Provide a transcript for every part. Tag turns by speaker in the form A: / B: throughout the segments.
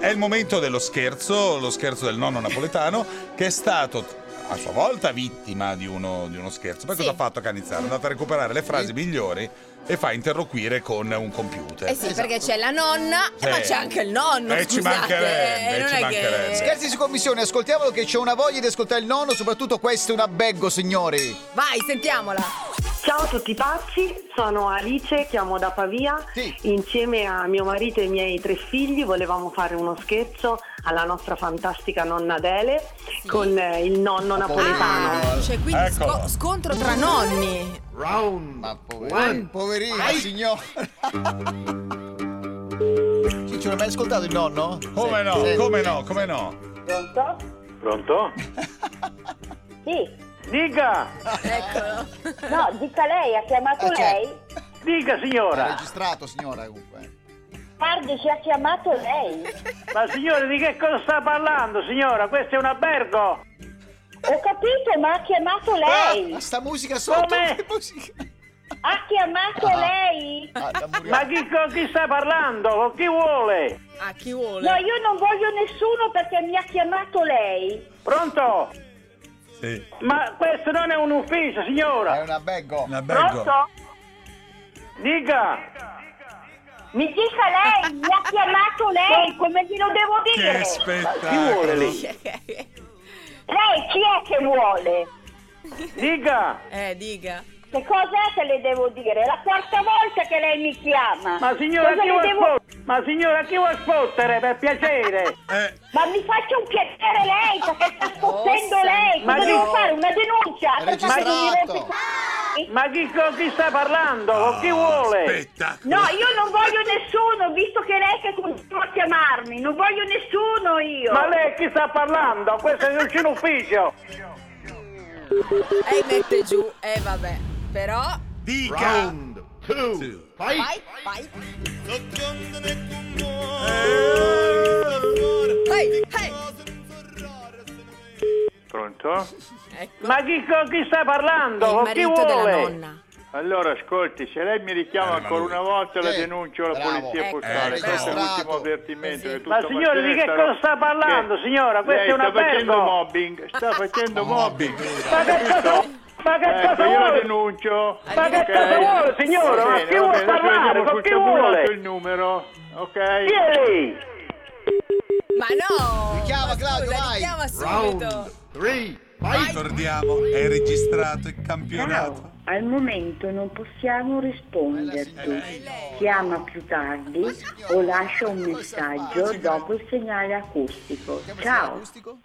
A: È il momento dello scherzo, lo scherzo del nonno napoletano, che è stato a sua volta vittima di uno, di uno scherzo. Poi
B: Sì.
A: cosa ha fatto Canizzaro? È andato a recuperare le frasi migliori e fa interloquire con un computer.
B: Eh sì, perché c'è la nonna,
A: Esatto. Mm. Sì.
B: eh, ma c'è anche il nonno.
A: Eh, ci
B: scusate,
A: mancherebbe,
B: eh, non
A: ci
B: è
A: mancherebbe.
B: che...
C: Scherzi su commissione, ascoltiamolo che c'è una voglia di ascoltare il nonno, soprattutto questo è un abbeggo, signori.
B: Vai, sentiamola.
D: Ciao a tutti pazzi, sono Alice, chiamo da Pavia.
C: Sì.
D: Insieme a mio marito e ai miei tre figli volevamo fare uno scherzo alla nostra fantastica nonna Adele con eh, il nonno napoletano.
B: Ah, cioè, quindi
A: Eccola.
B: sco- scontro tra nonni.
C: Ma poverino, poverino, signora. Ciccio, non hai mai ascoltato il nonno?
A: Come no,
C: Sì.
A: come no, come no.
E: Pronto?
F: Pronto?
E: Sì.
F: Dica!
E: No, dica lei, ha chiamato
C: Ah, certo.
E: lei?
F: Dica
C: È
F: signora!
C: registrato, signora, comunque.
E: Pardi ci ha chiamato lei.
F: Ma signora di che cosa sta parlando signora? Questo è un albergo!
E: Ho capito, ma ha chiamato
F: Ah!
E: lei.
C: Ma Ah, sta musica sotto,
F: Come?
C: che musica?
E: Ha chiamato lei?
C: Ah, da morire.
F: Ma chi, con chi sta parlando? Con chi vuole?
B: Ah, chi vuole?
E: No, io non voglio nessuno perché mi ha chiamato lei.
F: Pronto?
A: Sì.
F: Ma questo non è un ufficio
C: È
F: signora!
C: un abbeggo.
A: Un albergo.
E: Pronto?
F: Dica!
E: Mi dica lei, mi ha chiamato lei, come glielo devo
A: Che
E: dire?
F: Chi vuole
A: spettacolo.
F: lì?
E: Lei chi è che vuole?
F: Dica!
B: Eh, diga.
E: Che cos'è che le devo dire? È la quarta volta che lei mi chiama.
F: Ma signora
E: Cosa
F: chi
E: le
F: vuol
E: devo-
F: spot- Ma signora chi vuol spottere per piacere?
A: Eh,
E: Ma mi faccia un piacere lei, perché sta scottendo
B: Oh,
E: lei.
F: ma
E: Cosa
F: io-
E: devo fare? Una denuncia?
C: È
E: Per farmi
C: registrato.
E: dire-
F: Ma chi, con chi sta parlando? Con chi vuole?
A: Spettacolo.
E: No, io non voglio nessuno, visto che lei che continua a chiamarmi. Non voglio nessuno io.
F: Ma lei chi sta parlando? Questo è un ufficio!
B: E mette giù. Eh, vabbè. Però...
A: Dica.
B: Vai, vai.
A: Eh.
B: Ehi, ehi.
F: Pronto?
B: Ecco.
F: Ma chi, con chi sta parlando?
B: il
F: Con chi
B: marito
F: vuole?
B: della nonna.
F: Allora, ascolti, se lei mi richiama
A: Ferma
F: ancora
A: lui.
F: una volta la
C: Sì,
F: denuncio alla
C: bravo.
F: polizia
B: Ecco,
F: postale.
B: ecco.
F: Questo è l'ultimo
C: Registrato.
F: avvertimento
B: Sì.
F: che tutto
B: Ma
F: signore, di che cosa sta parlando, signora? Questo è un
G: sta facendo
F: albergo.
G: mobbing, sta facendo mobbing.
F: Ma che cosa, ma che
G: Ecco,
F: cosa
G: io la
F: vuole?
G: denuncio.
F: Ma che
B: Ok.
F: cosa vuole, signora? Ma chi vuole parlare? Con chi vuole?
G: il numero, ok?
F: Chi è lei?
B: Ma no!
C: Richiama,
B: ma
C: Claudio,
B: scusa,
C: vai.
B: Richiama subito.
A: Ricordiamo, è registrato il campionato.
H: Al momento non possiamo risponderti. Chiama più tardi o lascia un messaggio dopo il segnale acustico. Ciao.
C: Acustico?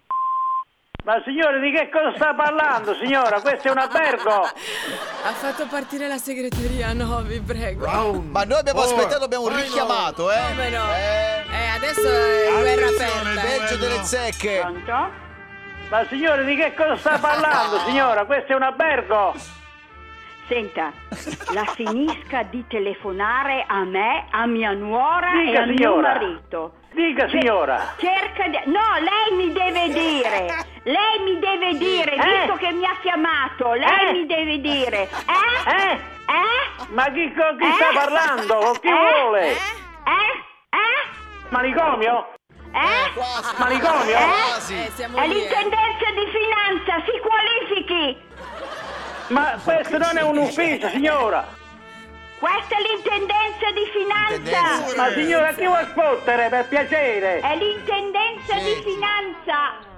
F: Ma signore, di che cosa sta parlando, signora? Questo è un albergo.
B: Ha fatto partire la segreteria, no, vi prego.
C: Ma noi
A: Oh,
C: abbiamo aspettato, abbiamo richiamato, eh?
B: Come no?
C: Eh,
B: Eh, adesso è guerra aperta.
C: peggio delle zecche.
D: Pronto?
F: Ma signore, di che cosa sta parlando, signora? Questo è un albergo.
H: Senta, la finisca di telefonare a me, a mia nuora e
F: Dica,
H: a mio
F: signora.
H: marito.
F: Dica, signora.
H: Cerca di... No, lei mi deve dire. Lei mi deve dire, visto che mi ha chiamato, lei
F: Eh.
H: mi deve dire. Eh?
F: Eh?
H: Eh?
F: Ma chi, con chi sta parlando? Con chi
H: Eh?
F: vuole?
H: Eh?
F: Manicomio?
H: Eh? Eh?
C: Quasi.
F: Manicomio?
C: Quasi.
B: Eh, siamo
H: È
B: lì, eh.
H: l'intendenza di finanza, si qualifichi!
F: Ma questo non è un ufficio, signora!
H: Questa è l'intendenza di finanza!
C: Tendenza.
F: Ma signora, chi vuol spottere, per piacere?
H: È l'intendenza di finanza!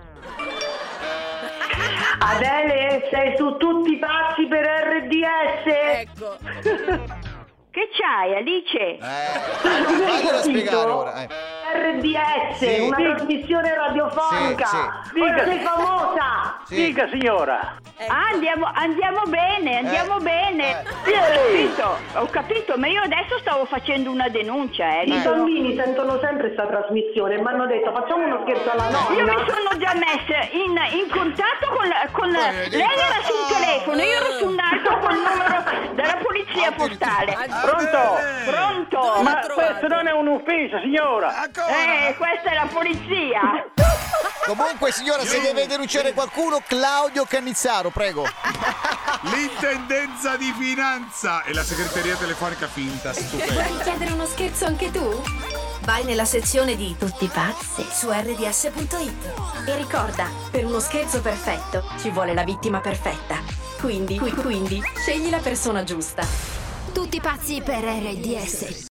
D: Adele, sei su tutti pazzi per RDS?
B: Ecco.
H: Che c'hai, Alice?
C: Eh, vagliela a spiegare ora. eh.
D: RDS,
C: Sì.
D: una trasmissione radiofonica.
C: Sì, sì.
D: Ora
F: Dica.
D: sei famosa.
C: Sì.
F: Dica, signora!
H: Ah, andiamo, andiamo bene, andiamo
C: Eh.
H: bene!
C: Eh.
H: Sì, Ho capito, ho capito, ma io adesso stavo facendo una denuncia, eh!
D: I
H: Io sono-
D: bambini sentono sempre questa trasmissione e mi hanno detto facciamo uno scherzo alla
H: Io mi
D: nonna.
H: sono già messa in, in contatto con, la- con la-
C: Benedetta.
H: lei era sul telefono, io ero su un altro col numero della polizia postale.
B: Ad-
F: Pronto?
H: eh, Pronto?
F: Ma
B: trovato.
F: questo non è un ufficio, signora!
H: Eh, questa è la polizia.
C: Comunque, signora, se deve denunciare qualcuno, Claudio Cannizzaro, prego.
A: L'intendenza di finanza e la segreteria telefonica finta, stupenda.
I: Vuoi chiedere uno scherzo anche tu?
B: Vai nella sezione di
J: Tutti pazzi.
B: su rds.it e ricorda, per uno scherzo perfetto ci vuole la vittima perfetta. Quindi, qui- quindi, scegli la persona giusta.
J: Tutti pazzi per RDS.